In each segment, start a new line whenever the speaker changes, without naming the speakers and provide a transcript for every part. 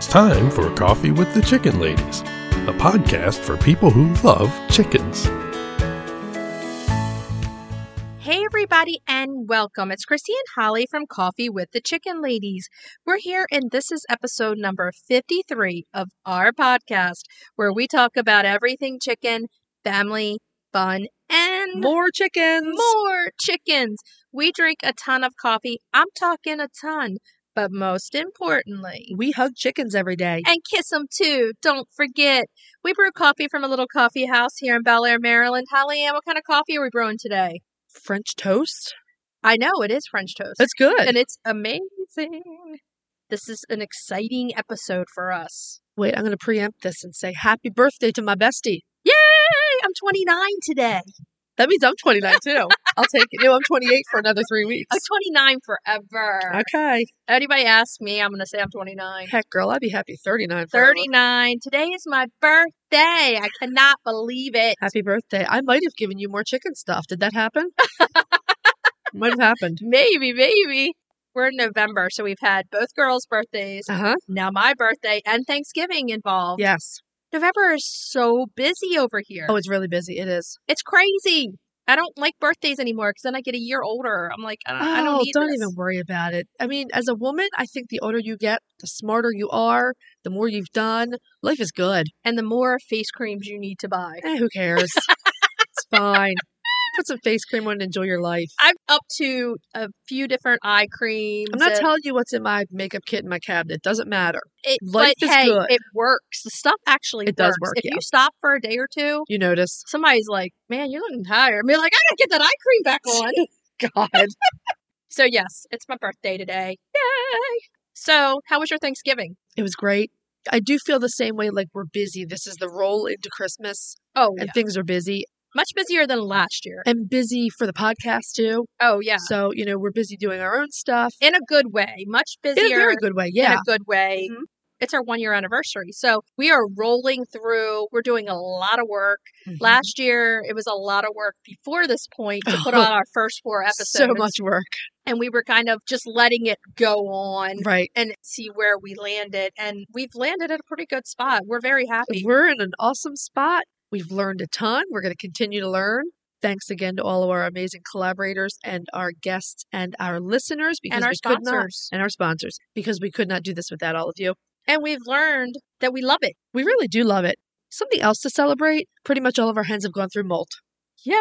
time for Coffee with the Chicken Ladies, a podcast for people who love chickens.
Hey, everybody, and welcome. It's Christy and Holly from Coffee with the Chicken Ladies. We're here, and this is episode number 53 of our podcast, where we talk about everything chicken, family, fun, and
More chickens.
more chickens. We drink a ton of coffee. I'm talking a ton, but most importantly,
We hug chickens every day.
and kiss them too. Don't forget. We brew coffee from a little coffee house here in Bel Air, Maryland. Holly Ann, what kind of coffee are we brewing today?
French toast.
I know it is French toast.
That's good.
and it's amazing. This is an exciting episode for us.
Wait, I'm going to preempt this and say happy birthday to my bestie.
Yay! I'm 29 today.
That means I'm 29 too. I'll take it. No, I'm 28 for another three weeks.
I'm 29 forever.
Okay.
Anybody ask me, I'm going to say I'm 29.
Heck, girl, I'd be happy 39. forever.
39. Today is my birthday. I cannot believe it.
Happy birthday. I might have given you more chicken stuff. Did that happen? might have happened.
Maybe, maybe. We're in November, so we've had both girls' birthdays,
Uh huh.
now my birthday, and Thanksgiving involved.
Yes.
November is so busy over here.
Oh, it's really busy. It is.
It's crazy. I don't like birthdays anymore because then I get a year older. I'm like, I don't, I don't
Oh,
need
don't
this.
even worry about it. I mean, as a woman, I think the older you get, the smarter you are, the more you've done. Life is good.
And the more face creams you need to buy.
Eh, who cares? it's fine. Put some face cream on and enjoy your life.
I'm up to a few different eye creams.
I'm not
and-
telling you what's in my makeup kit in my cabinet. Doesn't matter.
it,
life
but
is
hey,
good.
it works. The stuff actually
It does
works.
work,
If
yeah.
you stop for a day or two,
You notice.
somebody's like, "Man, you're looking tired." I'm like, "I gotta get that eye cream back on."
God.
so yes, it's my birthday today. Yay! So, how was your Thanksgiving?
It was great. I do feel the same way, like we're busy. This is the roll into Christmas
Oh,
and
yeah.
things are busy.
much busier than last year.
And busy for the podcast too.
Oh yeah,
So, you know, we're busy doing our own stuff.
in a good way. Much busier.
in a very good way, yeah.
in a good way.
Mhm.
It's our one year anniversary. So we are rolling through. We're doing a lot of work.
Mhm.
Last year, it was a lot of work before this point to put on our first four episodes.
so much work.
And we were kind of just letting it go on
Right.
and see where we landed. And we've landed at a pretty good spot. We're very happy.
We're in an awesome spot. We've learned a ton. We're going to continue to learn. Thanks again to all of our amazing collaborators and our guests and our listeners because
And our
we could not
sponsors.
and our sponsors because we could not do this without all of you.
And we've learned that we love it.
We really do love it. Something else to celebrate. Pretty much all of our hens have gone through molt.
Yay.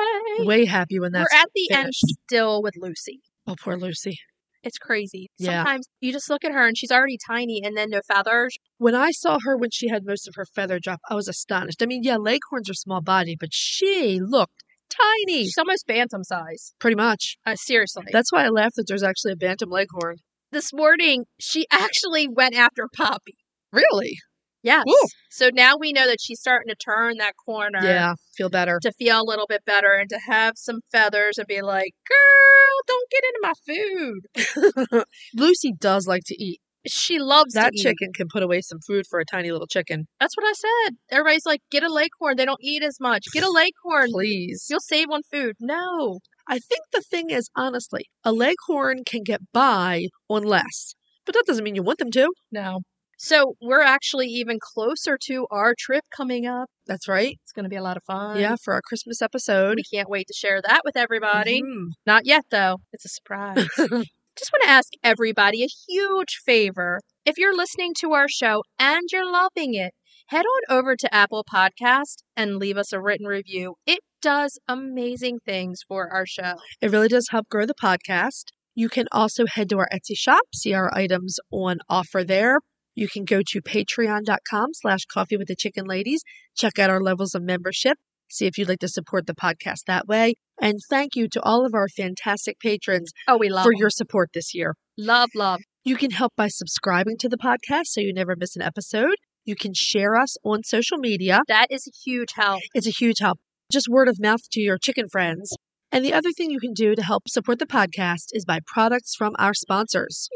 Way happy when
We're
that's
at the end
finished.
still with Lucy.
Oh, poor Lucy.
It's crazy.
Yeah.
Sometimes you just look at her and she's already tiny and then no feathers.
When I saw her when she had most of her feather drop, I was astonished. I mean, yeah, leghorns are small body, but she looked tiny.
She's almost bantam size.
Pretty much.
Uh, seriously.
That's why I laughed that there's actually a bantam leghorn.
this morning, she actually went after Poppy.
Really?
Yes.
Woo.
So now we know that she's starting to turn that corner.
Yeah, feel better.
To feel a little bit better and to have some feathers and be like, girl, don't get into my food.
Lucy does like to eat.
She loves
That
to eat.
chicken can put away some food for a tiny little chicken.
That's what I said. Everybody's like, get a leghorn. They don't eat as much. Get a leghorn.
Please.
You'll save on food. No.
I think the thing is, honestly, a leghorn can get by on less, but that doesn't mean you want them to.
No. So we're actually even closer to our trip coming up.
That's right.
It's going to be a lot of fun.
Yeah, for our Christmas episode.
We can't wait to share that with everybody.
Mhm.
Not yet, though. It's a surprise.
Mm-hmm.
Just want to ask everybody a huge favor. If you're listening to our show and you're loving it, head on over to Apple Podcast and leave us a written review. It does amazing things for our show.
It really does help grow the podcast. You can also head to our Etsy shop, see our items on offer there. You can go to patreon.com slash coffee with the chicken ladies, check out our levels of membership, see if you'd like to support the podcast that way. And thank you to all of our fantastic patrons
Oh, we love
for
'em.
your support this year.
love, love.
You can help by subscribing to the podcast so you never miss an episode. You can share us on social media.
That is a huge help.
It's a huge help. Just word of mouth to your chicken friends. And the other thing you can do to help support the podcast is buy products from our sponsors.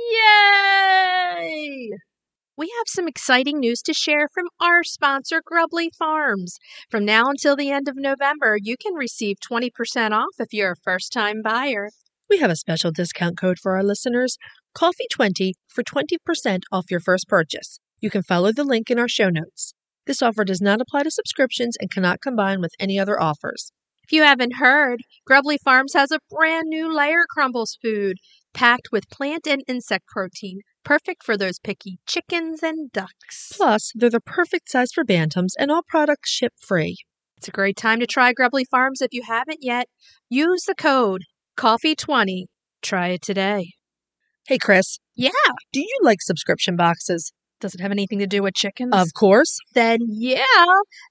Yay! We have some exciting news to share from our sponsor, Grubly Farms. From now until the end of November, you can receive 20% off if you're a first time buyer.
We have a special discount code for our listeners, coffee20 for 20% off your first purchase. You can follow the link in our show notes. This offer does not apply to subscriptions and cannot combine with any other offers.
If you haven't heard, Grubly Farms has a brand new layer crumbles food packed with plant and insect protein, perfect for those picky chickens and ducks.
Plus, they're the perfect size for bantams and all products ship free.
It's a great time to try Grubly Farms if you haven't yet. Use the code COFFEE20. Try it today.
Hey, Chris,
Yeah,
do you like subscription boxes?
does it have anything to do with chickens?
Of course.
then yeah,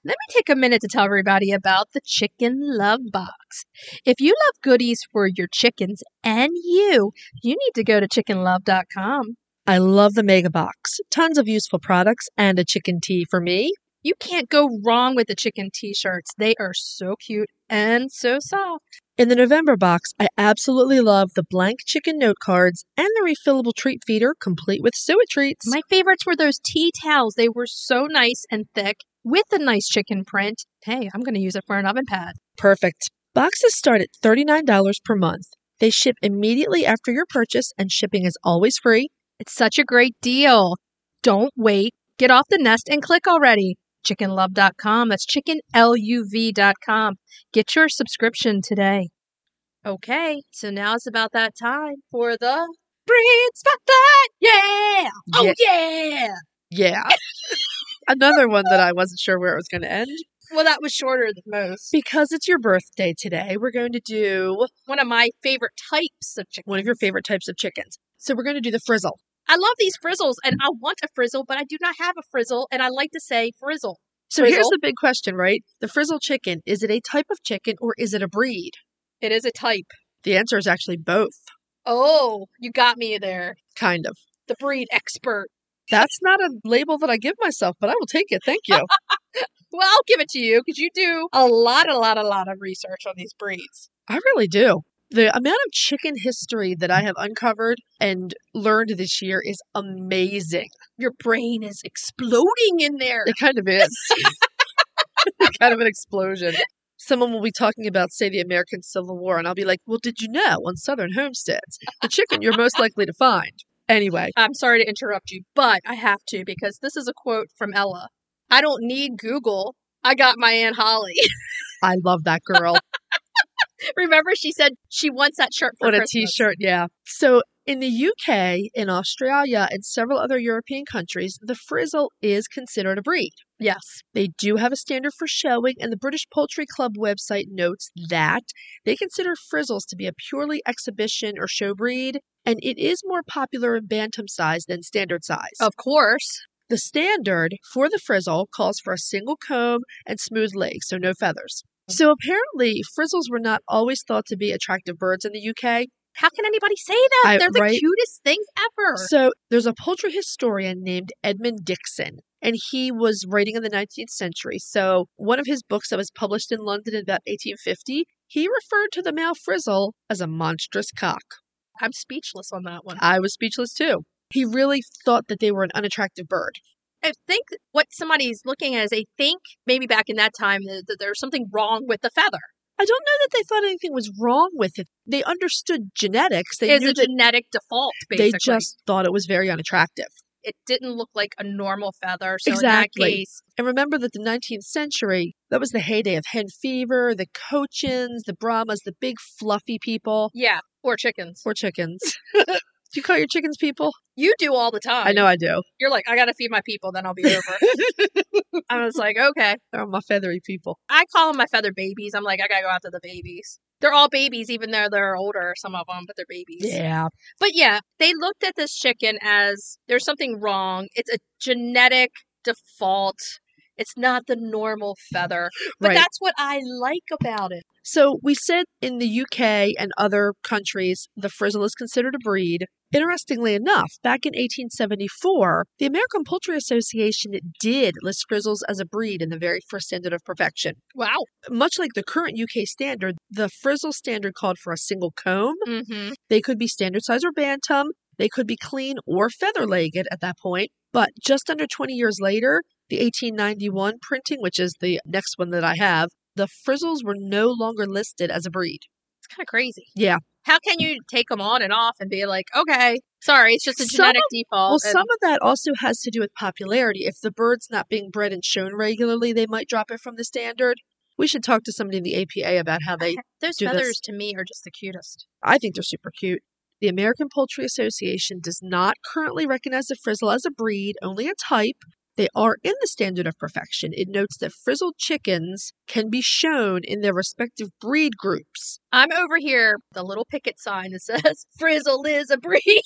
let me take a minute to tell everybody about the Chicken Love Box. If you love goodies for your chickens and you, you need to go to chickenlove.com.
I love the Mega Box. Tons of useful products and a chicken tea for me.
You can't go wrong with the chicken t shirts. They are so cute and so soft.
In the November box, I absolutely love the blank chicken note cards and the refillable treat feeder complete with suet treats.
My favorites were those tea towels. They were so nice and thick with a nice chicken print. Hey, I'm going to use it for an oven pad.
Perfect. Boxes start at $39 per month. They ship immediately after your purchase, and shipping is always free.
It's such a great deal. Don't wait. Get off the nest and click already. Chickenlove.com. That's chickenluv.com. Get your subscription today. Okay, so now it's about that time for the breed spot that. Yeah. Oh yeah.
Yeah. Another one that I wasn't sure where it was going to end.
Well, that was shorter than most.
Because it's your birthday today, we're going to do
One of my favorite types of chicken.
one of your favorite types of chickens. So we're going to do the frizzle.
I love these frizzles, and I want a frizzle, but I do not have a frizzle, and I like to say frizzle.
So here's
Frizzle.
the big question, right? The frizzle chicken, is it a type of chicken or is it a breed?
It is a type.
The answer is actually both,
Oh, you got me there.
kind of.
The breed expert.
That's not a label that I give myself, but I will take it. Thank you.
Well, I'll give it to you because you do a lot, a lot, a lot of research on these breeds.
I really do. The amount of chicken history that I have uncovered and learned this year is amazing.
Your brain is exploding in there.
It kind of is. It's kind of an explosion. Someone will be talking about, say, the American Civil War, and I'll be like, well, did you know on Southern homesteads, the chicken you're most likely to find? Anyway,
I'm sorry to interrupt you, but I have to because this is a quote from Ella. I don't need Google. I got my Aunt Holly.
I love that girl.
Remember, she said she wants that shirt for
on a
Christmas.
t-shirt yeah so in the uk in australia and several other european countries the frizzle is considered a breed
Yes.
they do have a standard for showing and the british poultry club website notes that they consider frizzles to be a purely exhibition or show breed and it is more popular in bantam size than standard size
Of course.
the standard for the frizzle calls for a single comb and smooth legs, so no feathers.
Mm-hmm.
So apparently, frizzles were not always thought to be attractive birds in the UK.
How can anybody say that?
I-
They're the
right?
cutest things ever.
So there's a poultry historian named Edmund Dixon, and he was writing in the 19th century. So one of his books that was published in London in about 1850, he referred to the male frizzle as a monstrous cock.
I'm speechless on that one.
I was speechless too. He really thought that they were an unattractive bird.
I think what somebody's looking at is they think maybe back in that time that, that there's something wrong with the feather.
I don't know that they thought anything was wrong with it. They understood genetics. They
is
knew
a
that
genetic default.
they
Basically,
just thought it was very unattractive.
it didn't look like a normal feather. So in
Exactly.
that case,
And remember that the 19th century, that was the heyday of hen fever, the cochins, the brahmas, the big fluffy people,
yeah, or chickens.
or chickens. do you call your chickens people?
You do all the time.
I know I do.
You're like, I gotta feed my people, then I'll be over. I was like, okay.
They're all my feathery people.
I call them my feather babies. I'm like, I gotta go after the babies. They're all babies, even though they're older. Some of them, but they're babies.
Yeah.
But yeah, they looked at this chicken as there's something wrong. It's a genetic default. It's not the normal feather. But
right.
that's what I like about it.
So we said in the UK and other countries, the frizzle is considered a breed. Interestingly enough, back in 1874, the American Poultry Association did list frizzles as a breed in the very first standard of perfection.
Wow.
Much like the current UK standard, the frizzle standard called for a single comb.
Mm-hmm.
They could be standard size or bantam. They could be clean or feather legged at that point. But just under 20 years later, the 1891 printing, which is the next one that I have, the frizzles were no longer listed as a breed.
It's kind of crazy.
Yeah.
How can you take them on and off and be like, okay, sorry, it's just a
Some
genetic default.
Well,
Oh, and-
some of that also has to do with popularity. If the bird's not being bred and shown regularly, they might drop it from the standard. We should talk to somebody in the APA about how they.
those
do this.
feathers to me are just the cutest.
I think they're super cute. The American Poultry Association does not currently recognize the frizzle as a breed, only a type. They are in the standard of perfection. It notes that frizzled chickens can be shown in their respective breed groups.
I'm over here, the little picket sign that says, Frizzle is a breed.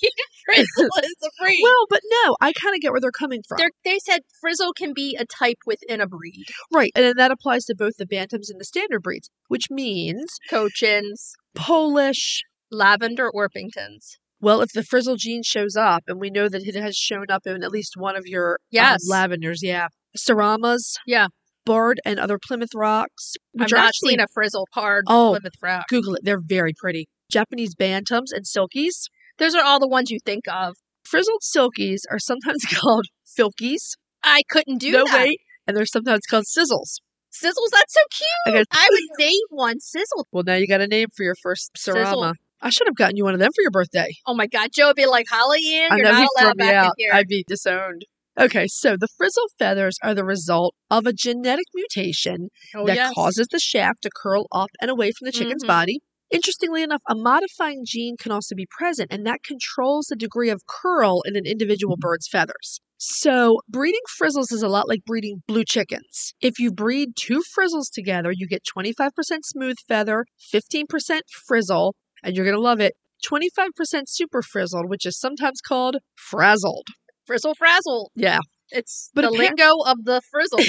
Frizzle is a breed.
Well, but no, I kind of get where they're coming from.
They're- they said Frizzle can be a type within a breed.
right, and then that applies to both the bantams and the standard breeds, which means
Cochins,
Polish,
Lavender Orpingtons.
Well, if the frizzle gene shows up, and we know that it has shown up in at least one of your um,
Yes.
lavenders, yeah, Saramas,
Yeah.
Bard and other Plymouth rocks.
I've
Which are
not
actually,
seen a Frizzle Pard
Oh.
Plymouth Rock.
Google it; they're very pretty. Japanese bantams and silkies.
Those are all the ones you think of.
Frizzled silkies are sometimes called filkies.
I couldn't do
no
that.
wait, and they're sometimes called sizzles.
Sizzles, that's so cute.
I got-
I would name one Sizzle.
well, now you got a name for your first
Sizzle.
Sarama. I should have gotten you one of them for your birthday.
Oh my God, Joe would be like, Holly Ann,
I
you're
know
not
he
allowed
thrown me
back in
out.
here.
I'd be disowned. Okay, so the frizzle feathers are the result of a genetic mutation
oh,
that
yes.
causes the shaft to curl up and away from the chicken's
Mhm.
body. Interestingly enough, a modifying gene can also be present, and that controls the degree of curl in an individual bird's feathers. So, breeding frizzles is a lot like breeding blue chickens. If you breed two frizzles together, you get 25% smooth feather, 15% frizzle, and you're going to love it 25% super frizzled, which is sometimes called frazzled.
Frizzle Frazzle.
Yeah.
It's
But
the
appar-
lingo of the frizzle.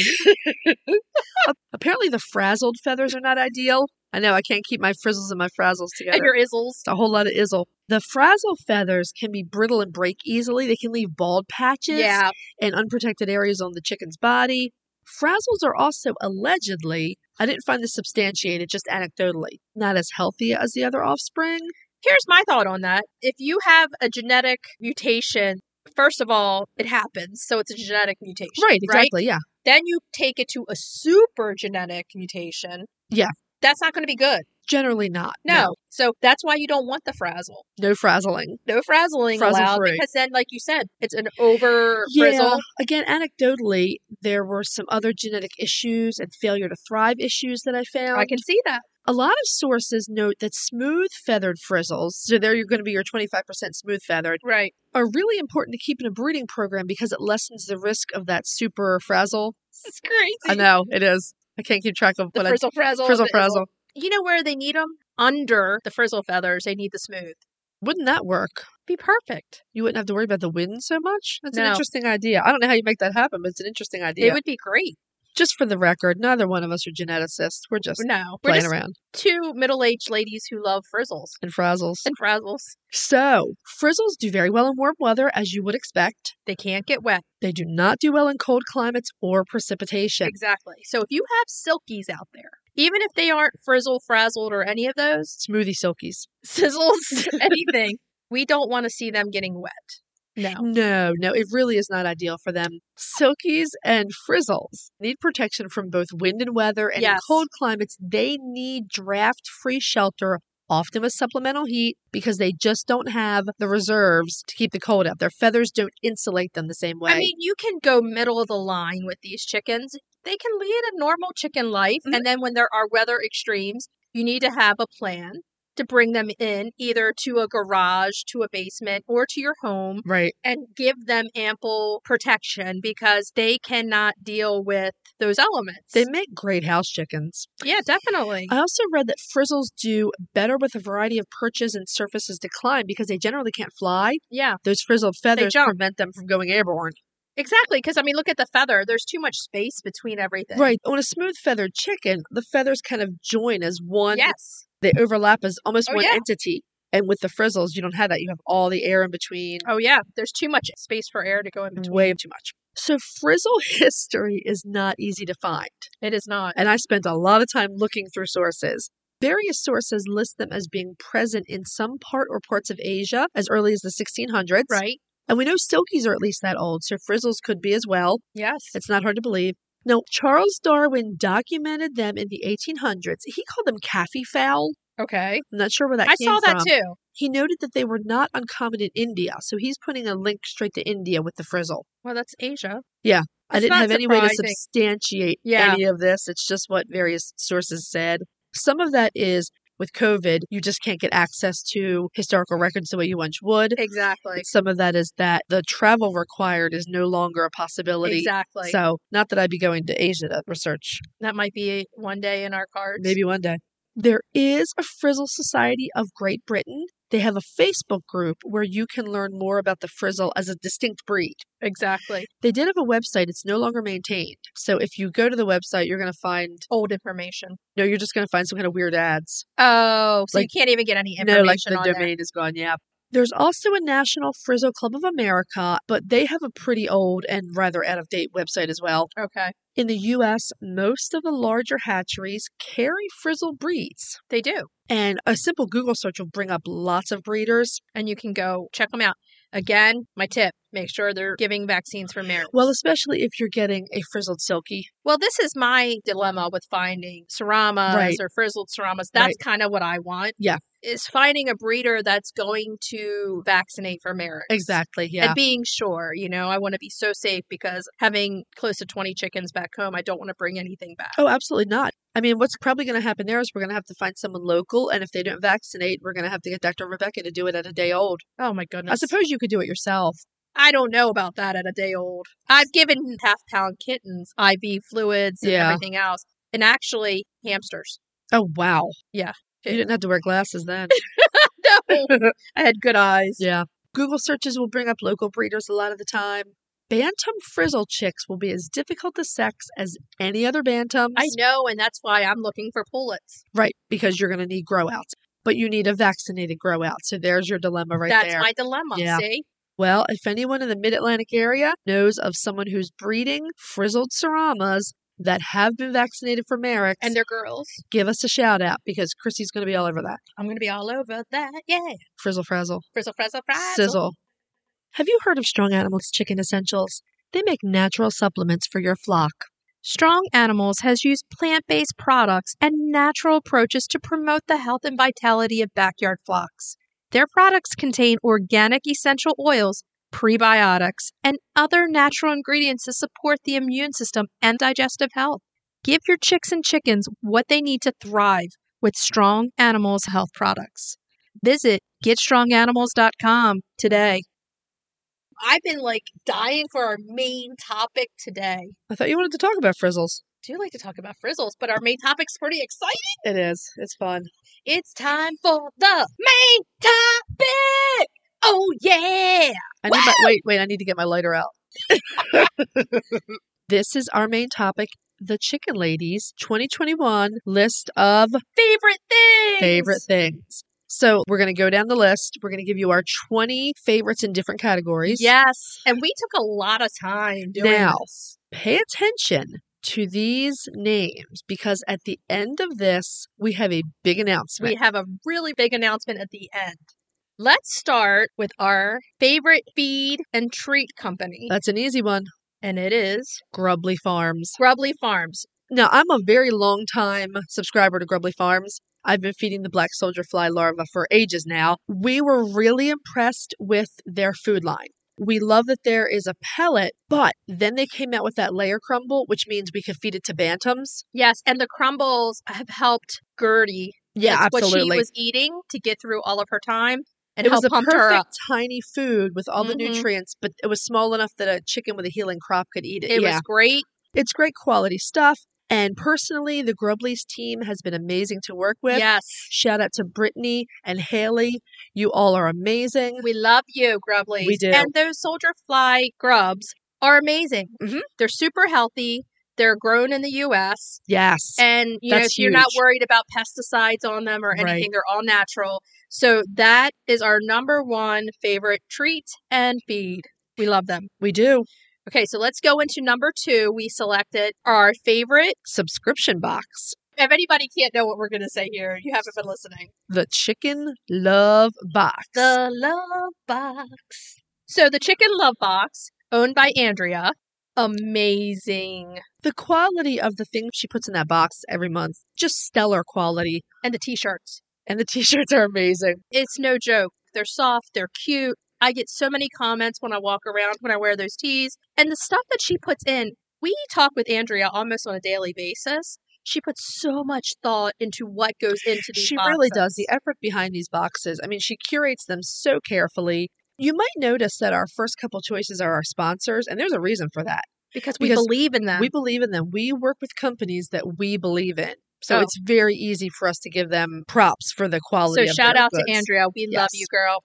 Apparently, the frazzled feathers are not ideal. I know, I can't keep my frizzles and my frazzles together.
and your izzles.
It's a whole lot of izzle. The frazzle feathers can be brittle and break easily. They can leave bald patches
Yeah.
and unprotected areas on the chicken's body. Frazzles are also allegedly, I didn't find this substantiated, just anecdotally, not as healthy as the other offspring.
Here's my thought on that. If you have a genetic mutation, first of all, it happens. So it's a genetic mutation.
Right, exactly, yeah.
Then you take it to a super genetic mutation.
Yeah.
That's not going to be good.
Generally not.
No. So that's why you don't want the frazzle.
No, frazzling.
No frazzling
Frazzle
allowed
free.
because then, like you said, it's an over frizzle.
Again, anecdotally, there were some other genetic issues and failure to thrive issues that I found.
I can see that.
A lot of sources note that smooth feathered frizzles, so there you're going to be your 25% smooth feathered,
Right.
are really important to keep in a breeding program because it lessens the risk of that super frazzle.
It's crazy.
I know, it is. I can't keep track of
The
what I
frizzle frazzle.
frizzle
the izzle.
frazzle.
You know where they need them? Under the frizzle feathers, they need the smooth.
Wouldn't that work?
Be perfect.
You wouldn't have to worry about the wind so much. That's an
No.
interesting idea. I don't know how you make that happen, but it's an interesting idea.
It would be great.
just for the record, neither one of us are geneticists. We're just
No, we're
playing
just
around
two middle-aged ladies who love frizzles
and frazzles.
and frazzles.
So, frizzles do very well in warm weather, as you would expect.
They can't get wet.
They do not do well in cold climates or precipitation.
Exactly. So if you have silkies out there, even if they aren't frizzle, frazzled, or any of those
Smoothie silkies.
sizzles, anything, we don't want to see them getting wet. No.
No, no, it really is not ideal for them. Silkies and frizzles need protection from both wind and weather, and in
Yes.
cold climates, they need draft free shelter, often with supplemental heat, because they just don't have the reserves to keep the cold out. Their feathers don't insulate them the same way.
I mean, you can go middle of the line with these chickens. They can lead a normal chicken life.
Mhm.
And then when there are weather extremes, you need to have a plan to bring them in either to a garage, to a basement, or to your home
right.
and give them ample protection because they cannot deal with those elements.
They make great house chickens.
yeah, definitely.
I also read that frizzles do better with a variety of perches and surfaces to climb because they generally can't fly.
yeah,
Those frizzled feathers
jump.
prevent them from going airborne.
exactly. Because I mean, look at the feather. There's too much space between everything.
Right. On a smooth feathered chicken, the feathers kind of join as one.
Yes.
They overlap as almost
Oh,
one
yeah.
entity. And with the frizzles, you don't have that. You have all the air in between.
Oh yeah. There's too much space for air to go in between.
Way too much. So frizzle history is not easy to find.
It is not.
and I spent a lot of time looking through sources. Various sources list them as being present in some part or parts of Asia as early as the 1600s.
Right.
And we know silkies are at least that old, so frizzles could be as well.
Yes.
It's not hard to believe. Now, Charles Darwin documented them in the 1800s. He called them caffey fowl.
Okay.
I'm not sure where that
I
came
saw that
from.
too.
He noted that they were not uncommon in India, so he's putting a link straight to India with the frizzle.
Well, that's Asia.
I
It's
didn't
not
have any way to
surprising.
substantiate
Yeah.
any of this. It's just what various sources said. Some of that is with COVID, you just can't get access to historical records the way you once would.
Exactly.
Some of that is that the travel required is no longer a possibility.
Exactly.
So, not that I'd be going to Asia to research.
that might be one day in our cards.
Maybe one day. There is a Frizzle Society of Great Britain. They have a Facebook group where you can learn more about the frizzle as a distinct breed.
Exactly.
They did have a website, it's no longer maintained. So if you go to the website, you're going to find
Old information.
no, you're just going to find some kind of weird ads.
Oh, so
Like-
you can't even get any
No,
information
like the
on there.
domain is gone. Yeah. There's also a National Frizzle Club of America, but they have a pretty old and rather out of date website as well.
Okay.
In the U.S., most of the larger hatcheries carry frizzle breeds,
They do.
and a simple Google search will bring up lots of breeders.
And you can go check them out. Again, my tip make sure they're giving vaccines for marriage.
Well, especially if you're getting a frizzled silky.
Well, this is my dilemma with finding saramas
Right.
or frizzled saramas. That's
Right.
kind of what I want.
Yeah.
Is finding a breeder that's going to vaccinate for marriage.
Exactly. Yeah.
And being sure, you know, I want to be so safe because having close to 20 chickens back home, I don't want to bring anything back.
Oh, absolutely not. I mean, what's probably going to happen there is we're going to have to find someone local, and if they don't vaccinate, we're going to have to get Dr. Rebecca to do it at a day old.
Oh my goodness.
I suppose you could do it yourself.
I don't know about that at a day old. I've given half pound kittens IV fluids and
Yeah.
everything else, and actually hamsters.
Oh, wow.
Yeah.
You didn't have to wear glasses then.
No, I had good eyes.
yeah. Google searches will bring up local breeders a lot of the time. Bantam frizzle chicks will be as difficult to sex as any other bantams.
I know, and that's why I'm looking for pullets.
Right, because you're going to need grow outs. But you need a vaccinated grow out. So there's your dilemma right
that's
there.
my dilemma.
Yeah.
See,
Well, if anyone in the mid Atlantic area knows of someone who's breeding frizzled saramas that have been vaccinated for Merrick,
and they're girls.
give us a shout out because Chrissy's going to be all over that.
I'm gonna be all over that. Yeah,
Frizzle, frazzle,
frizzle, frizzle, frizzle.
sizzle. Have you heard of Strong Animals Chicken Essentials? They make natural supplements for your flock.
Strong Animals has used plant based products and natural approaches to promote the health and vitality of backyard flocks. Their products contain organic essential oils, prebiotics, and other natural ingredients to support the immune system and digestive health. Give your chicks and chickens what they need to thrive with Strong Animals health products. Visit getstronganimals.com today. I've been like dying for our main topic today
I thought you wanted to talk about frizzles.
do like to talk about frizzles, but our main topic's pretty exciting.
It is. It's fun.
It's time for the main topic. Oh yeah.
I need my, wait, wait, I need to get my lighter out. this is our main topic the Chicken Ladies 2021 list of
Favorite thing.
favorite things. So we're going to go down the list. We're going to give you our 20 favorites in different categories.
Yes. And we took a lot of time doing
Now.
this.
Pay attention to these names because at the end of this, we have a big announcement.
We have a really big announcement at the end. Let's start with our favorite feed and treat company.
That's an easy one.
And it is
Grubly Farms.
Grubbly Farms.
Now, I'm a very long time subscriber to Grubly Farms. I've been feeding the black soldier fly larva for ages now. We were really impressed with their food line. We love that there is a pellet, but then they came out with that layer crumble, which means we could feed it to bantams.
Yes. And the crumbles have helped Gertie
Yeah,
It's what
absolutely.
she was eating to get through all of her time and
it was
help
a
pump her up.
perfect tiny food with all the
Mhm.
nutrients, but it was small enough that a chicken with a healing crop could eat it.
It
yeah.
was great.
it's great quality stuff. And personally, the Grublies team has been amazing to work with.
Yes.
Shout out to Brittany and Haley. You all are amazing.
We love you, Grublies.
We do.
And those soldier fly grubs are amazing.
Mhm.
They're super healthy. They're grown in the U.S.
Yes.
And you know, if
That's
you're not
huge.
worried about pesticides on them or
Right.
anything, they're all natural. So that is our number one favorite treat and feed. We love them.
we do.
Okay, so let's go into number two. We selected our favorite.
Subscription box.
If anybody can't know what we're going to say here, you haven't been listening.
The Chicken Love Box.
The Love Box. So, the Chicken Love Box, owned by Andrea, amazing.
The quality of the things she puts in that box every month, just stellar quality.
And the t shirts.
And the t shirts are amazing.
It's no joke. They're soft, they're cute. I get so many comments when I walk around when I wear those tees. And the stuff that she puts in, we talk with Andrea almost on a daily basis. She puts so much thought into what goes into these
She really does.
boxes.
The effort behind these boxes, I mean, she curates them so carefully. You might notice that our first couple choices are our sponsors, and there's a reason for that.
because we
because
believe in them.
We believe in them. We work with companies that we believe in. So
Oh.
it's very easy for us to give them props for the
so
quality. of
shout
their
out to
goods.
Andrea. We love
Yes.
you, girl.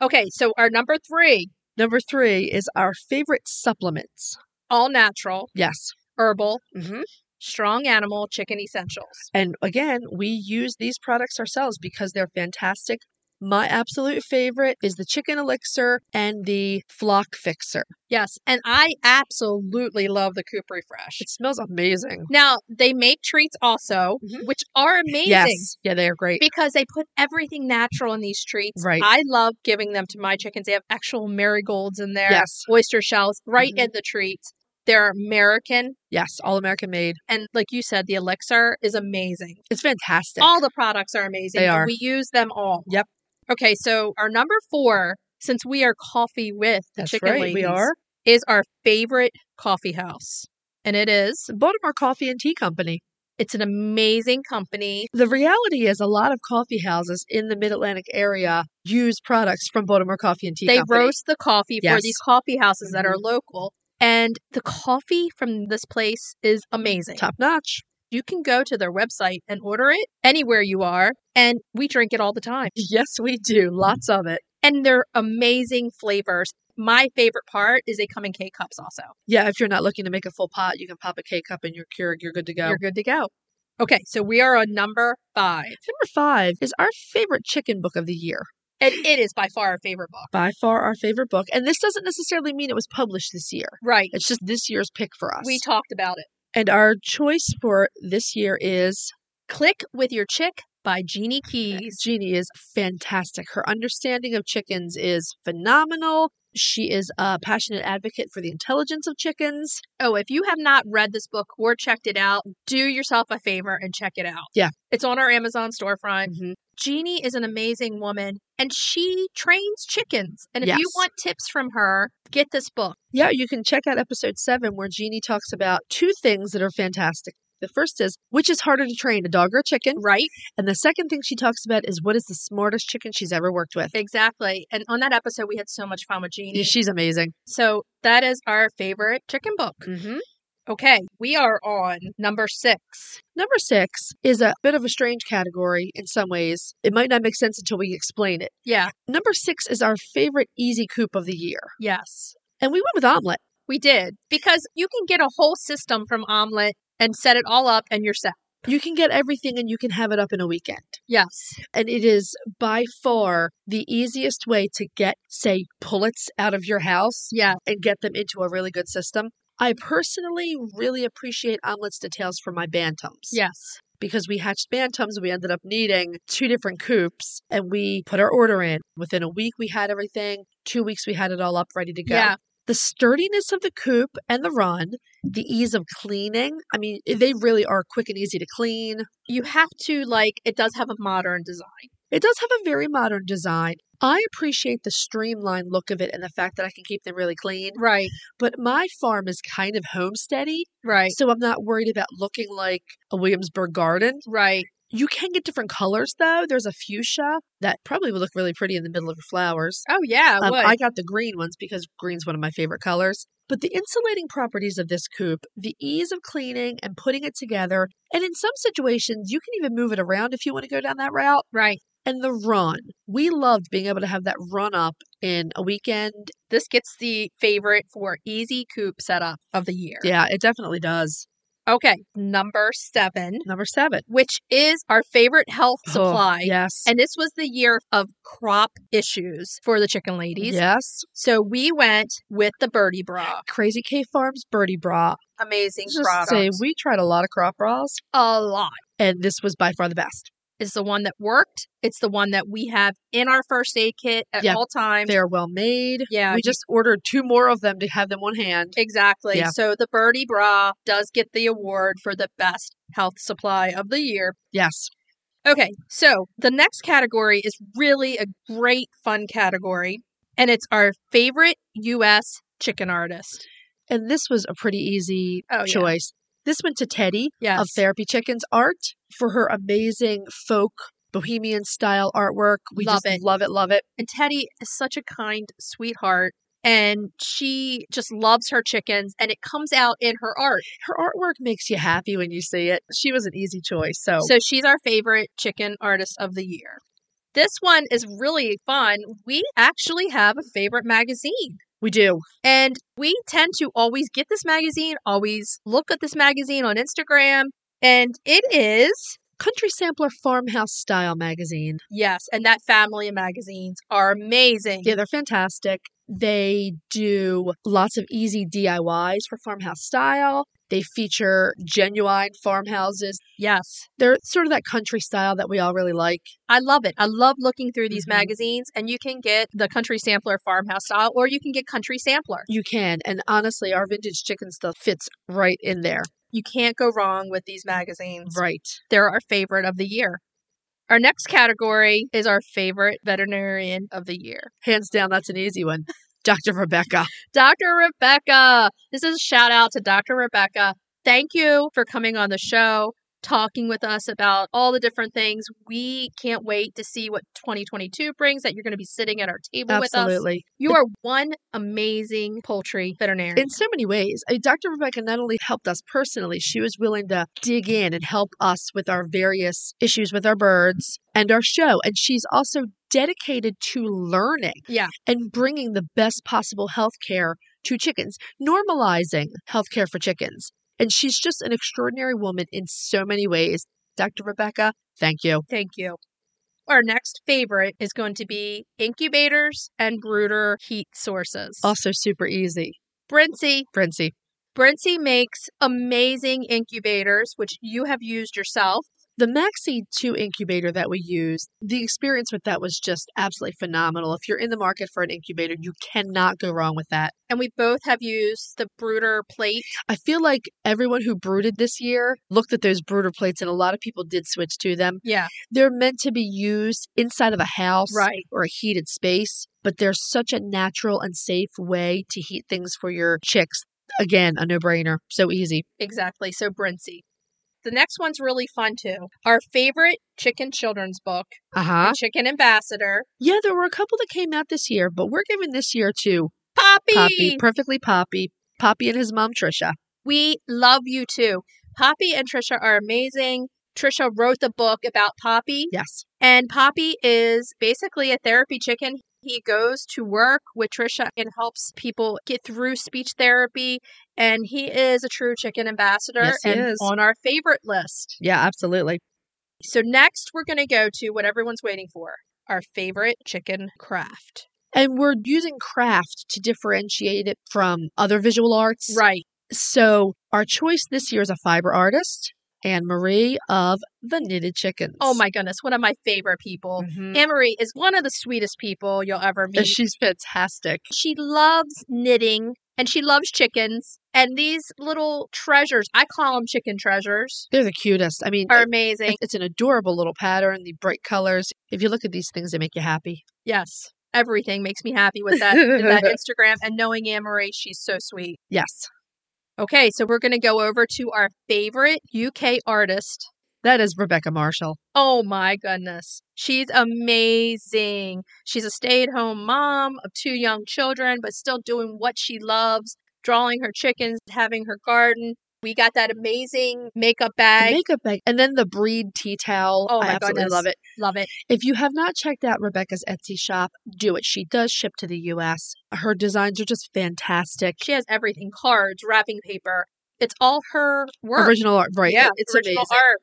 Okay, so our number three,
Number three is our favorite supplements.
all natural,
Yes.
herbal,
hmm
strong animal, chicken essentials.
And again, we use these products ourselves because they're fantastic. My absolute favorite is the chicken elixir and the flock fixer.
Yes, and I absolutely love the Coop Refresh.
It smells amazing.
Now they make treats also,
Mhm.
which are amazing
Yes. Yeah, they are great.
because they put everything natural in these treats.
Right.
I love giving them to my chickens. They have actual marigolds in there,
Yes.
oyster shells right
Mhm.
in the treats. They're American,
Yes. All American made.
and like you said, the elixir is amazing.
It's fantastic.
All the products are amazing.
They
and
are.
We use them all.
Yep.
Okay, so our number four, since we are coffee with the
That's
chicken
right. We
ladies,
are
is our favorite coffee house, and it is.
the Baltimore Coffee and Tea Company.
It's an amazing company.
The reality is, a lot of coffee houses in the Mid Atlantic area use products from Baltimore Coffee and Tea
they
Company.
roast the coffee for
Yes. Mm-hmm.
these coffee houses that are local and the coffee from this place is amazing
top notch.
you can go to their website and order it anywhere you are and we drink it all the time
Yes, we do. Lots of it.
and they're amazing flavors my favorite part is they come in k-cups also
Yeah, if you're not looking to make a full pot, you can pop a K cup in your Keurig. You're good to go.
you're good to go okay so we are on number five
Number five is our favorite chicken book of the year.
and it is by far our favorite book
By far our favorite book. And this doesn't necessarily mean it was published this year.
right
It's just this year's pick for us.
we talked about it
and our choice for this year is
click with your chick by jeannie keys
Jeannie is fantastic. Her understanding of chickens is phenomenal. She is a passionate advocate for the intelligence of chickens.
Oh, if you have not read this book or checked it out, do yourself a favor and check it out.
Yeah.
It's on our Amazon storefront.
Mhm.
Jeannie is an amazing woman and she trains chickens. And if you
Yes.
want tips from her, get this book.
Yeah, you can check out episode seven where Jeannie talks about two things that are fantastic. The first is which is harder to train, a dog or a chicken?
Right?
And the second thing she talks about is what is the smartest chicken she's ever worked with.
Exactly. And on that episode, we had so much fun with Jeannie.
Yeah, She's amazing.
so that is our favorite chicken book.
Mm-hmm.
Okay. We are on number six.
Number six is a bit of a strange category in some ways. It might not make sense until we explain it.
Yeah.
Number six is our favorite easy coop of the year.
Yes.
And we went with omelet.
We did because you can get a whole system from Omelet and set it all up and you're set.
You can get everything and you can have it up in a weekend.
Yes.
And it is by far the easiest way to get, say, pullets out of your house
Yeah.
and get them into a really good system. I personally really appreciate omelets details for my bantams.
Yes.
because we hatched bantams we ended up needing two different coops and we put our order in within a week we had everything two weeks we had it all up ready to go
Yeah.
the sturdiness of the coop and the run the ease of cleaning i mean they really are quick and easy to clean
you have to like it does have a modern design
it does have a very modern design i appreciate the streamlined look of it and the fact that i can keep them really clean
right
but my farm is kind of homesteady
right
so i'm not worried about looking like a williamsburg garden
right
You can get different colors though. There's a fuchsia that probably would look really pretty in the middle of your flowers.
oh yeah
Um,
would.
I got the green ones because green's one of my favorite colors. But the insulating properties of this coop, the ease of cleaning and putting it together, and in some situations you can even move it around if you want to go down that route.
right
And the run. We loved being able to have that run up in a weekend.
this gets the favorite for easy coop setup of the year
Yeah, it definitely does.
okay number seven
Number seven.
which is our favorite health
Oh,
supply
yes.
and this was the year of crop issues for the chicken ladies
yes.
so we went with the birdie bra
Crazy K Farms Birdie Bra.
amazing
Just
product
say we tried a lot of crop bras.
a lot
and this was by far the best.
is the one that worked. It's the one that we have in our first aid kit at
Yeah.
all times.
They are well made.
yeah,
we just ordered two more of them to have them on hand.
Exactly.
Yeah.
So the Birdie Bra does get the award for the best health supply of the year.
Yes.
Okay, so the next category is really a great fun category, and it's our favorite U.S. chicken artist.
And this was a pretty easy
Oh, yeah.
choice. This went to Teddy
Yes.
of Therapy Chickens Art for her amazing folk bohemian style artwork. We
Love
just
it.
love it, love it.
And Teddy is such a kind sweetheart, and she just loves her chickens, and it comes out in her art.
Her artwork makes you happy when you see it. She was an easy choice. So,
So she's our favorite chicken artist of the year. This one is really fun. We actually have a favorite magazine.
we do.
And we tend to always get this magazine, always look at this magazine on Instagram. And it is,
Country Sampler Farmhouse Style magazine.
yes, and that family of magazines are amazing.
Yeah, they're fantastic. They do lots of easy DIYs for farmhouse style. They feature genuine farmhouses.
Yes.
They're sort of that country style that we all really like.
I love it. I love looking through these
Mhm.
magazines, and you can get the Country Sampler Farmhouse Style, or you can get Country Sampler.
You can. And honestly, our vintage chicken stuff fits right in there.
You can't go wrong with these magazines.
Right.
They're our favorite of the year. Our next category is our favorite veterinarian of the year.
Hands down, that's an easy one. Dr. Rebecca.
Dr. Rebecca. This is a shout out to Dr. Rebecca. Thank you for coming on the show, talking with us about all the different things. We can't wait to see what 2022 brings, that you're going to be sitting at our table with us.
Absolutely.
You are one amazing poultry veterinarian.
In so many ways, I- Dr. Rebecca not only helped us personally, she was willing to dig in and help us with our various issues with our birds and our show. And she's also dedicated to learning
Yeah.
and bringing the best possible health care to chickens, normalizing health care for chickens. And she's just an extraordinary woman in so many ways. Dr. Rebecca, thank you.
Thank you. Our next favorite is going to be incubators and brooder heat sources.
Also, super easy.
Brincy.
Brincy,
Brincy makes amazing incubators, which you have used yourself.
The Maxi 2 incubator that we used, the experience with that was just absolutely phenomenal. If you're in the market for an incubator, you cannot go wrong with that.
And we both have used the brooder plate
I feel like everyone who brooded this year looked at those brooder plates, and a lot of people did switch to them.
Yeah.
They're meant to be used inside of a house
Right.
or a heated space, but they're such a natural and safe way to heat things for your chicks. Again, a no brainer. So easy.
Exactly. So Brincy. The next one's really fun too. Our favorite chicken children's book,
Uh
The
huh.
Chicken Ambassador.
Yeah, there were a couple that came out this year, but we're giving this year to
Poppy.
Poppy, perfectly Poppy. Poppy and his mom Trisha.
We love you too. Poppy and Trisha are amazing. Trisha wrote the book about Poppy,
Yes.
and Poppy is basically a therapy chicken. He goes to work with Trisha and helps people get through speech therapy. And he is a true chicken ambassador
Yes, he
and
is.
on our favorite list.
Yeah, absolutely.
So next we're going to go to what everyone's waiting for, our favorite chicken craft.
And we're using craft to differentiate it from other visual arts.
Right.
So our choice this year is a fiber artist, Anne Marie of the Knitted Chickens.
Oh my goodness, one of my favorite people.
Mhm.
Anne Marie is one of the sweetest people you'll ever
And
meet.
she's fantastic.
She loves knitting and she loves chickens and these little treasures, I call them chicken treasures,
They're the cutest. I mean,
are
it-
amazing.
it's- it's an adorable little pattern, the bright colors. If you look at these things, they make you happy.
Yes. Everything makes me happy with that, that Instagram and knowing Anne Marie, she's so sweet.
Yes.
Okay, so we're going to go over to our favorite UK artist
That is Rebecca Marshall.
Oh my goodness. She's amazing. She's a stay at home mom of two young children, but still doing what she loves drawing her chickens, having her garden. We got that amazing makeup
The
bag.
makeup bag. And then the breed tea towel.
Oh
I
my
absolutely
goodness.
love it.
Love it.
If you have not checked out Rebecca's Etsy shop, do it. She does ship to the US. Her designs are just fantastic.
She has everything cards, wrapping paper. It's all her work.
Original art, right?
Yeah,
it's
original
amazing.
art.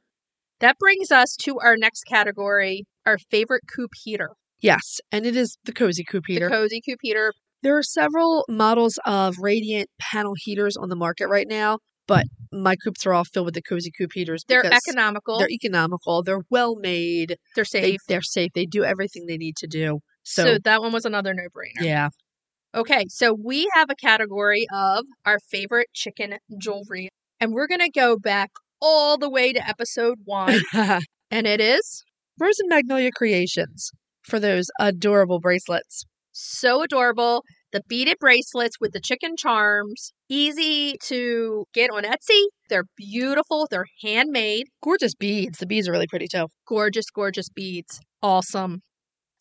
That brings us to our next category our favorite coop heater,
Yes, and it is the cozy coop heater.
the cozy coop heater.
there are several models of radiant panel heaters on the market right now. But my coops are all filled with the cozy coop heaters.
They're
because
economical.
They're economical. They're well made.
they're
They,
safe.
they're safe. They do everything they need to do.
so,
So,
that one was another no brainer.
yeah,
Okay, so we have a category of our favorite chicken jewelry, and we're going to go back all the way to episode one, and it is
Rose and Magnolia Creations for those adorable bracelets.
so adorable. The beaded bracelets with the chicken charms, easy to get on Etsy. They're beautiful, they're handmade.
Gorgeous beads. The beads are really pretty too.
gorgeous, gorgeous beads. Awesome.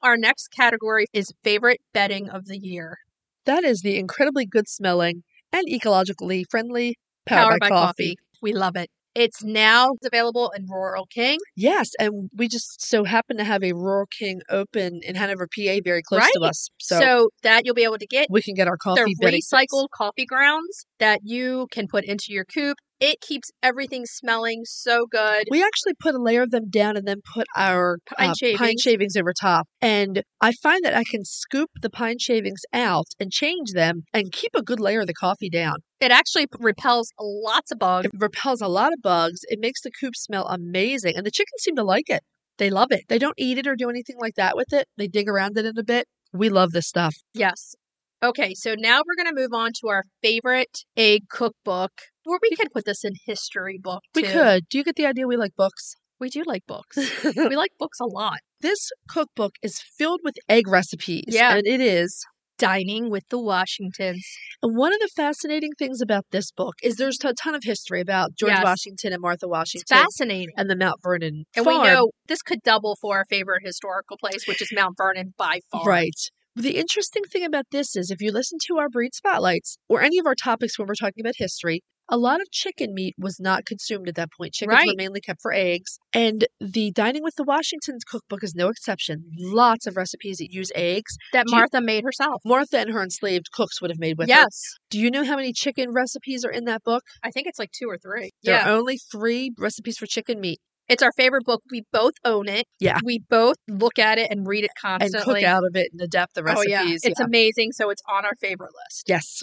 Our next category is favorite bedding of the year.
That is the incredibly good smelling and ecologically friendly Power,
Powered
by, coffee.
We love it. It's now available in Rural King.
Yes, and we just so happen to have a Rural King open in Hanover, PA, very close to
Right.
us,
So,
so,
that you'll be able to get.
we can get our
They're
coffee. very fast.
recycled coffee grounds that you can put into your coop. It keeps everything smelling so good.
We actually put a layer of them down and then put our uh,
Pine shavings.
shavings over top. And I find that I can scoop the pine shavings out and change them and keep a good layer of the coffee down.
It actually repels lots of bugs.
It repels a lot of bugs. It makes the coop smell amazing. And the chickens seem to like it. They love it. They don't eat it or do anything like that with it. They dig around in it a bit. We love this stuff.
Yes. Okay, so now we're going to move on to our favorite egg cookbook, or we could put this in history book.
We
too.
could. Do you get the idea? We like books.
We do like books. we like books a lot.
This cookbook is filled with egg recipes.
Yeah.
And it is.
Dining with the Washingtons.
And one of the fascinating things about this book is there's a ton of history about George
Yes.
Washington and Martha Washington
It's fascinating.
and the Mount Vernon
And
farm.
we know this could double for our favorite historical place, which is Mount Vernon by far.
Right. The interesting thing about this is if you listen to our breed spotlights or any of our topics when we're talking about history, a lot of chicken meat was not consumed at that point. Chickens were
Right.
mainly kept for eggs. And the Dining with the Washingtons cookbook is no exception. Lots of recipes that use eggs.
That
Do you-
Martha made herself.
Martha and her enslaved cooks would have made with her.
yes.
Do you know how many chicken recipes are in that book?
I think it's like two or three.
There
yeah.
are only three recipes for chicken meat.
It's our favorite book. We both own it.
Yeah.
We both look at it and read it
and
constantly.
cook out of it and adapt the
Oh,
recipes.
yeah. It's
yeah.
amazing. So it's on our favorite list.
yes,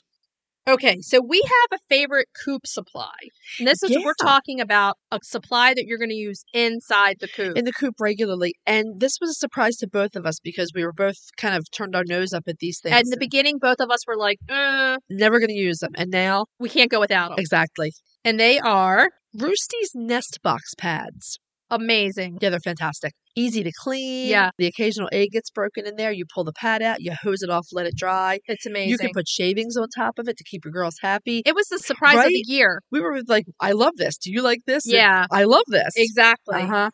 Okay. So we have a favorite coop supply. And this is, we're
Yeah.
talking about a supply that you're going to use inside the coop.
in the coop regularly. And this was a surprise to both of us because we were both kind of turned our nose up at these things.
At the beginning, both of us were like, uh,
never going to use them. And now,
we can't go without them.
exactly,
And they are
Roosty's nest box pads.
amazing.
Yeah, they're fantastic. Easy to clean.
Yeah.
the occasional egg gets broken in there. You pull the pad out, you hose it off, let it dry.
It's amazing.
You can put shavings on top of it to keep your girls happy.
it was the surprise of
Right?
the year.
We were like, I love this. Do you like this? And,
Yeah,
I love this.
exactly.
Uh huh.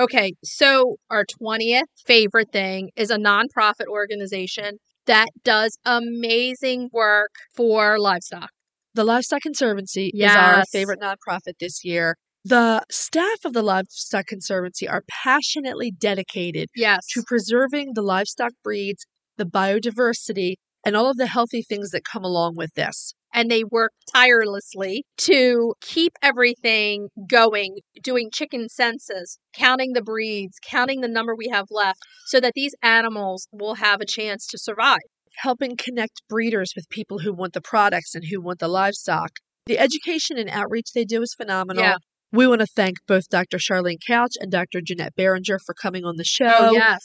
Okay, so our 20th favorite thing is a nonprofit organization that does amazing work for livestock.
The Livestock Conservancy is our
Yes.
favorite nonprofit this year. The staff of the Livestock Conservancy are passionately dedicated
Yes.
to preserving the livestock breeds, the biodiversity, and all of the healthy things that come along with this.
And they work tirelessly to keep everything going, doing chicken census, counting the breeds, counting the number we have left, so that these animals will have a chance to survive.
Helping connect breeders with people who want the products and who want the livestock. The education and outreach they do is phenomenal.
Yeah.
We want to thank both Dr. Charlene Couch and Dr. Jeanette Behringer for coming on the show.
Oh, yes.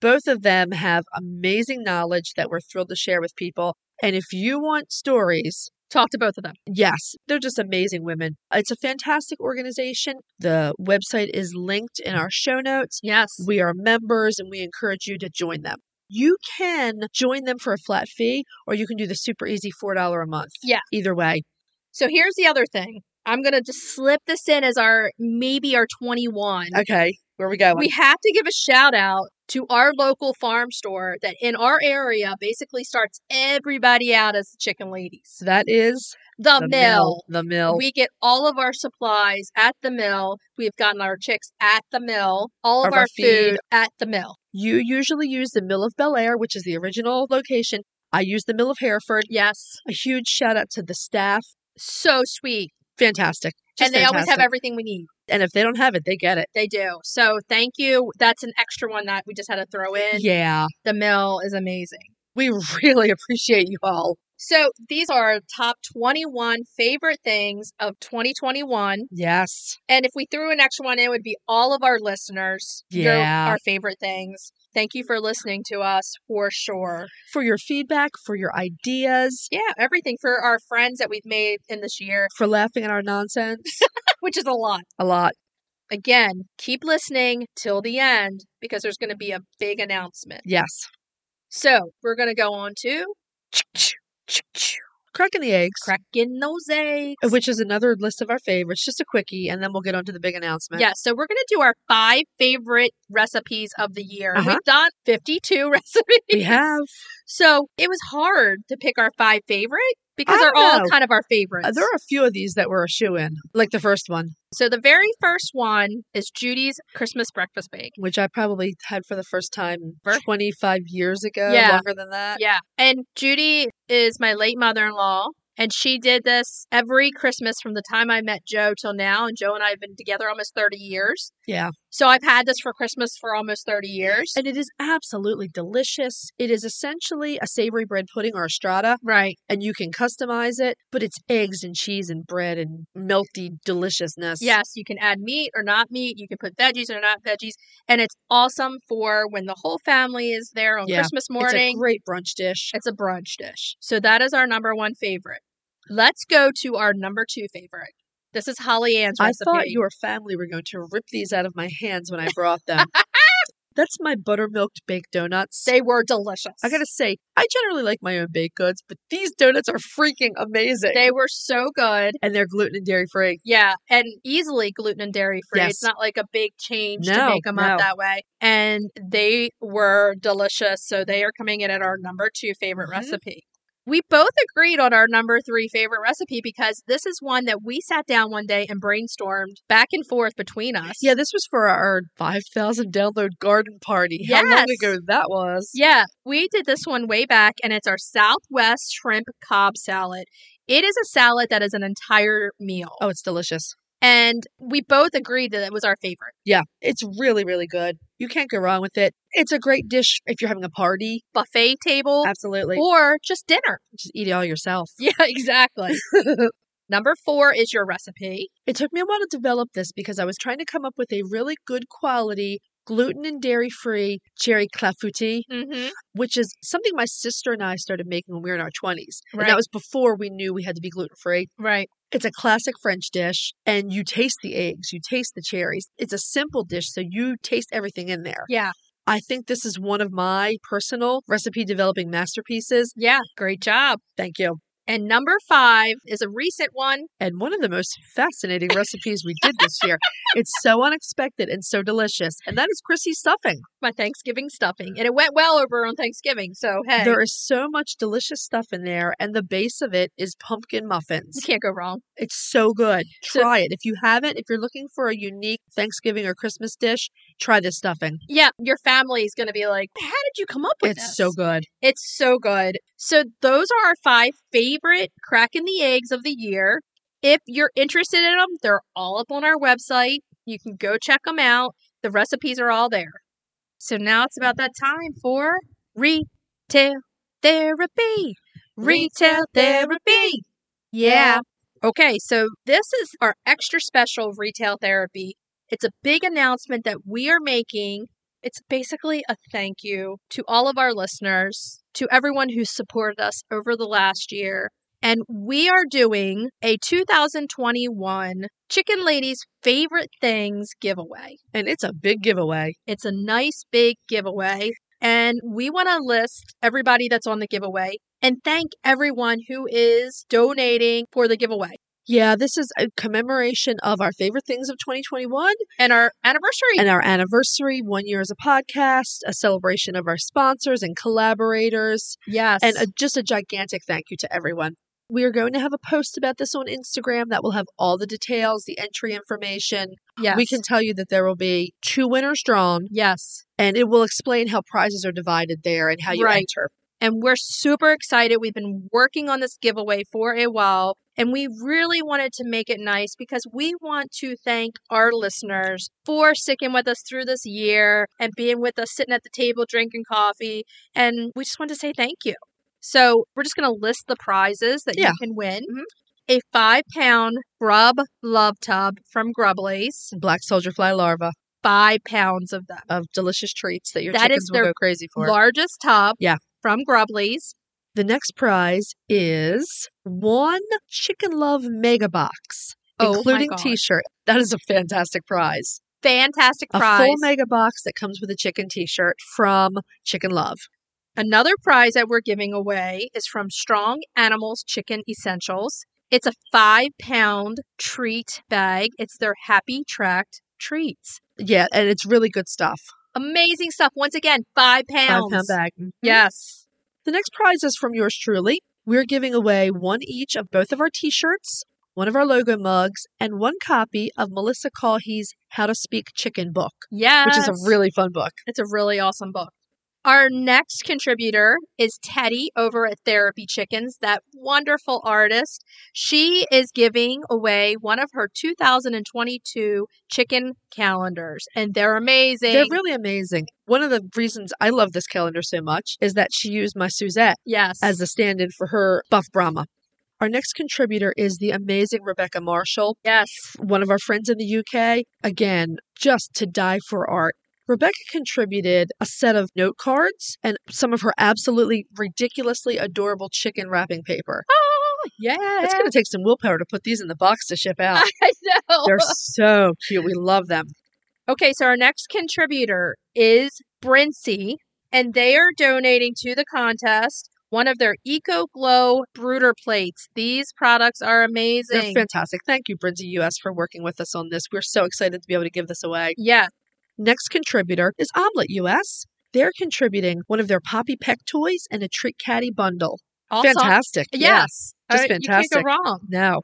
Both of them have amazing knowledge that we're thrilled to share with people. And if you want stories,
Talk to both of them.
yes, they're just amazing women. It's a fantastic organization. The website is linked in our show notes.
Yes.
We are members and we encourage you to join them. You can join them for a flat fee or you can do the super easy $4 a month.
Yeah.
Either way.
So here's the other thing. I'm gonna just slip this in as our maybe our 21.
Okay. Where we going?
We have to give a shout out to our local farm store that in our area basically starts everybody out as the chicken ladies.
so that is
The, mill.
The mill.
We get all of our supplies at the mill. We've gotten our chicks at the mill. All of,
Of
our,
our
food
feed.
at the mill.
you usually use the Mill of Bel Air, which is the original location. I use the Mill of Hereford.
Yes.
a huge shout out to the staff.
So sweet.
Fantastic.
and
Just
they always have
fantastic.
everything we need.
And if they don't have it, they get it.
They do. So thank you. That's an extra one that we just had to throw in.
Yeah.
The mill is amazing.
We really appreciate you all.
So these are our top 21 favorite things of 2021.
Yes.
And if we threw an extra one in, it would be all of our listeners. your-
Yeah.
our favorite things. Thank you for listening to us for sure.
For your feedback, for your ideas,
Yeah, everything for our friends that we've made in this year,
for laughing at our nonsense.
which is a lot.
A lot.
Again, keep listening till the end because there's going to be a big announcement.
Yes.
So we're going to go on to
Cracking the eggs.
cracking those eggs.
Which is another list of our favorites. Just a quickie, and then we'll get on to the big announcement.
yeah, so we're going to do our five favorite recipes of the year.
Uh-huh.
We've done 52 recipes.
We have.
So it was hard to pick our five favorite because
I
they're
don't
all
know.
kind of our favorites.
Uh, there are a few of these that were a shoe in, like the first one,
So the very first one is Judy's Christmas breakfast bake.
which I probably had for the first time
Ver-
25 years ago,
Yeah.
longer than that.
Yeah. And Judy is my late mother in law. And she did this every Christmas from the time I met Joe till now. And Joe and I have been together almost 30 years.
Yeah.
So I've had this for Christmas for almost 30 years.
And it is absolutely delicious. It is essentially a savory bread pudding or a strata,
Right.
and you can customize it, but it's eggs and cheese and bread and melty deliciousness.
Yes, you can add meat or not meat. You can put veggies or not veggies. And it's awesome for when the whole family is there on
Yeah.
Christmas
It's
morning.
a great brunch dish.
It's a brunch dish. So that is our number one favorite. Let's go to our number two favorite. This is Holly Ann's
I
recipe.
thought your family were going to rip these out of my hands when I brought them. That's my buttermilked baked donuts.
they were delicious.
I gotta say, I generally like my own baked goods, but these donuts are freaking amazing.
they were so good.
and they're gluten and dairy free.
Yeah, and easily gluten and dairy free. It's
Yes.
not like a big change to
No,
make them
no.
up that way. And they were delicious. So they are coming in at our number two favorite
Mhm.
recipe. We both agreed on our number three favorite recipe because this is one that we sat down one day and brainstormed back and forth between us.
Yeah, this was for our 5,000 download garden party. How long
Yes.
ago that was.
Yeah, we did this one way back, and it's our Southwest Shrimp Cob Salad. It is a salad that is an entire meal.
Oh, it's delicious.
And we both agreed that it was our favorite.
Yeah, it's really, really good. You can't go wrong with it. It's a great dish if you're having a party.
Buffet
Oh,
table
Absolutely.
or just dinner.
Just eat it all yourself.
Yeah, exactly. Number four is your recipe.
It took me a while to develop this because I was trying to come up with a really good quality gluten and dairy free cherry clafouti,
Mm-hmm.
which is something my sister and I started making when we were in our 20s. And
Right.
that was before we knew we had to be gluten free.
Right.
It's a classic French dish, and you taste the eggs, you taste the cherries. It's a simple dish, so you taste everything in there.
Yeah.
I think this is one of my personal recipe developing masterpieces.
Yeah. Great job.
Thank you.
And number five is a recent one.
And one of the most fascinating recipes we did this year. It's so unexpected and so delicious. And that is Chrissy's stuffing.
My Thanksgiving stuffing, and it went well over on Thanksgiving. So hey,
There is so much delicious stuff in there, and the base of it is pumpkin
you
muffins.
can't go wrong.
It's so good.
So-
Try it. If you haven't, if you're looking for a unique Thanksgiving or Christmas dish, try this stuffing.
Yeah, your family is going to be like, "How did you come up with
It's
this?"
so good.
It's so good. So those are our five favorite cracking the eggs of the year. If you're interested in them, they're all up on our website. You can go check them out. The recipes are all there. So now it's about that time for retail therapy. Retail therapy. Yeah. Um, Okay, so this is our extra special retail therapy. It's a big announcement that we are making it's basically a thank you to all of our listeners, to everyone who supported us over the last year. And we are doing a 2021 Chicken Ladies Favorite Things giveaway.
And it's a big giveaway.
It's a nice big giveaway. And we want to list everybody that's on the giveaway and thank everyone who is donating for the giveaway
Yeah, this is a commemoration of our favorite things of 2021
and our anniversary.
and our anniversary, one year as a podcast, a celebration of our sponsors and collaborators,
yes.
and uh, a, just a gigantic thank you to everyone. We are going to have a post about this on Instagram that will have all the details, the entry information.
yes.
We can tell you that there will be two winners drawn,
Yes.
and it will explain how prizes are divided there and how you
Right.
enter.
and we're super excited. We've been working on this giveaway for a while, and we really wanted to make it nice because we want to thank our listeners for sticking with us through this year and being with us, sitting at the table drinking coffee. And we just wanted to say thank you. So we're just going to list the prizes that
Yeah.
you can win.
Mhm.
A five pound grub love tub from Grublace,
Black soldier fly larva
five pounds of them.
of delicious treats that your
That is
chickens will
their
go crazy for.
Largest tub
Yeah.
from Grublace.
the next prize is one Chicken Love Mega Box,
Oh my
including
God.
T-shirt. That is a fantastic prize.
Fantastic
A
prize.
full mega box that comes with a chicken T-shirt from Chicken Love.
Another prize that we're giving away is from Strong Animals Chicken Essentials. It's a five pound treat bag. It's their Happy Tract treats.
Yeah, and it's really good stuff.
Amazing stuff. Once again, five
Five
pounds.
pound bag. Mm-hmm.
Yes.
The next prize is from yours truly. We're giving away one each of both of our t shirts, one of our logo mugs, and one copy of Melissa Cawhe's How to Speak Chicken book,
Yes.
which is a really fun book.
It's a really awesome book. Our next contributor is Teddy over at Therapy Chickens, that wonderful artist. She is giving away one of her 2022 chicken calendars, and they're amazing.
They're really amazing. One of the reasons I love this calendar so much is that she used my Suzette
yes.
as the stand in for her Buff Brahma. Our next contributor is the amazing Rebecca Marshall.
yes.
one of our friends in the UK. Again, just to die for art. Rebecca contributed a set of note cards and some of her absolutely ridiculously adorable chicken wrapping paper.
Oh, yeah.
It's going to take some willpower to put these in the box to ship out.
I know.
They're so cute. We love them.
Okay, so our next contributor is Brincy, and they are donating to the contest one of their Eco Glow brooder plates. These products are
They're
amazing.
fantastic. Thank you, Brinzy US, for working with us on this. We're so excited to be able to give this away.
yeah.
Next contributor is Omelette US. They're contributing one of their Poppy Peck toys and a Treat Caddy bundle.
Awesome.
Fantastic.
Yeah.
Just
Uh, You
fantastic.
can't go wrong.
No.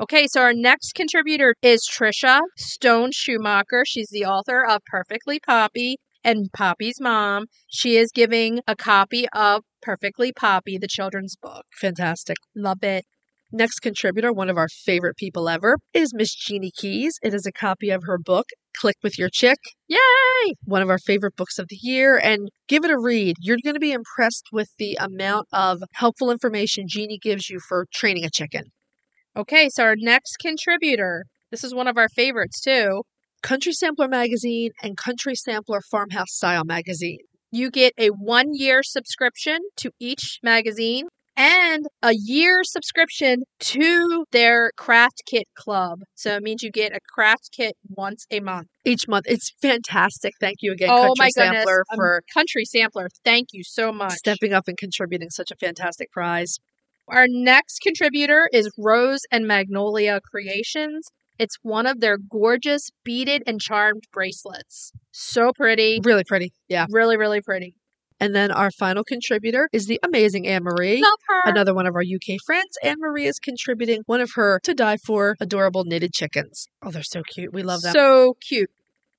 Okay, so our next contributor is Trisha Stone Schumacher. She's the author of Perfectly Poppy and Poppy's Mom. She is giving a copy of Perfectly Poppy, the children's book.
Fantastic.
Love it.
Next contributor, one of our favorite people ever, is Miss Jeannie Keys. It is a copy of her book, Click with Your Chick,
Yay!
one of our favorite books of the year. And give it a read. You're going to be impressed with the amount of helpful information Jeannie gives you for training a chicken.
Okay, so our next contributor. This is one of our favorites too.
Country Sampler Magazine and Country Sampler Farmhouse Style Magazine.
You get a one year subscription to each magazine and a year subscription to their craft kit club. So it means you get a craft kit once a month.
Each month. It's fantastic. Thank you again,
Oh
Country
my goodness.
Sampler,
Um,
for
Country Sampler, thank you so much.
stepping up and contributing such a fantastic prize.
Our next contributor is Rose and Magnolia Creations. It's one of their gorgeous beaded and charmed bracelets. So pretty.
Really pretty. Yeah.
Really, really pretty.
And then our final contributor is the amazing Anne Marie.
Love her.
Another one of our UK friends, Anne Marie is contributing one of her to die for adorable knitted chickens. Oh, they're so cute. We love them.
So cute.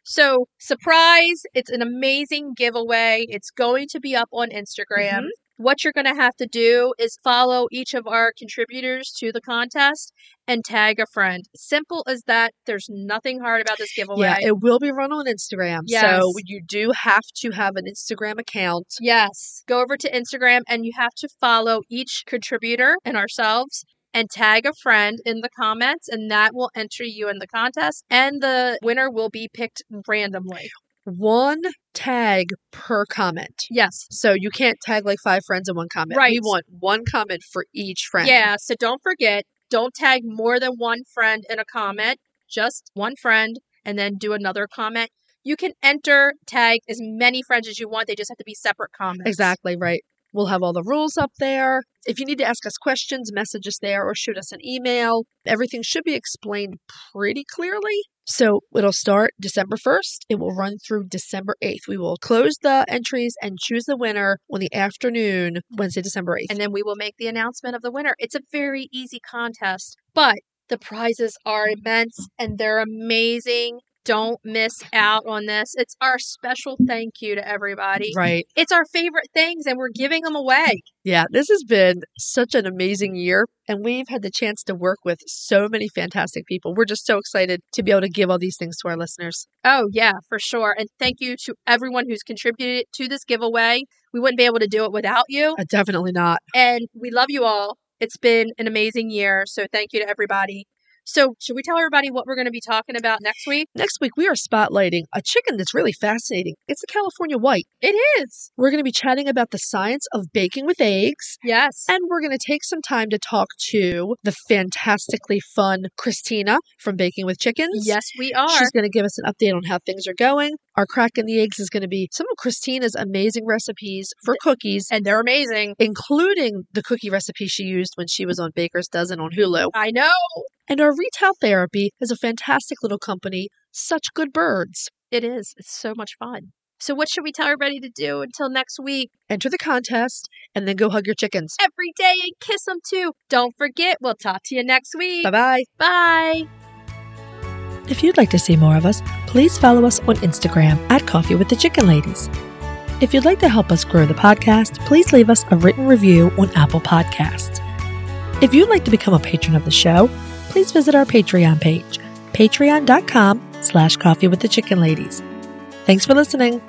So, surprise, it's an amazing giveaway. It's going to be up on Instagram.
Mhm.
What you're going to have to do is follow each of our contributors to the contest and tag a friend. Simple as that. There's nothing hard about this giveaway.
yeah, it will be run on Instagram.
Yes.
So you do have to have an Instagram account.
Yes. Go over to Instagram and you have to follow each contributor and ourselves and tag a friend in the comments, and that will enter you in the contest. And the winner will be picked randomly.
One tag per comment.
Yes.
So you can't tag like five friends in one comment.
Right.
We want one comment for each friend.
Yeah. So don't forget, don't tag more than one friend in a comment, just one friend, and then do another comment. You can enter, tag as many friends as you want. They just have to be separate comments.
Exactly right. We'll have all the rules up there. If you need to ask us questions, message us there or shoot us an email. Everything should be explained pretty clearly. So it'll start December 1st. It will run through December 8th. We will close the entries and choose the winner on the afternoon, Wednesday, December 8th.
and then we will make the announcement of the winner. It's a very easy contest, but the prizes are immense and they're amazing. Don't miss out on this. It's our special thank you to everybody.
Right.
It's our favorite things, and we're giving them away.
Yeah, this has been such an amazing year, and we've had the chance to work with so many fantastic people. We're just so excited to be able to give all these things to our listeners.
Oh, yeah, for sure. And thank you to everyone who's contributed to this giveaway. We wouldn't be able to do it without you.
Uh, definitely not.
And we love you all. It's been an amazing year. So thank you to everybody. So, should we tell everybody what we're going to be talking about next week?
Next week, we are spotlighting a chicken that's really fascinating. It's the California white.
It is.
We're going to be chatting about the science of baking with eggs.
Yes.
And we're going to take some time to talk to the fantastically fun Christina from Baking with Chickens.
yes, we are.
She's going to give us an update on how things are going. Our crack in the eggs is going to be some of Christina's amazing recipes for cookies,
and they're amazing.
including the cookie recipe she used when she was on Baker's Dozen on Hulu.
I know.
And our retail therapy is a fantastic little company, Such Good Birds.
It is. It's so much fun. So, what should we tell everybody to do until next week?
Enter the contest and then go hug your chickens.
Every day and kiss them too. Don't forget, we'll talk to you next week.
Bye bye.
Bye.
If you'd like to see more of us, please follow us on Instagram at Coffee with the Chicken Ladies. If you'd like to help us grow the podcast, please leave us a written review on Apple Podcasts. If you'd like to become a patron of the show, please visit our Patreon page, patreon.com slash coffee with the chicken ladies. Thanks for listening.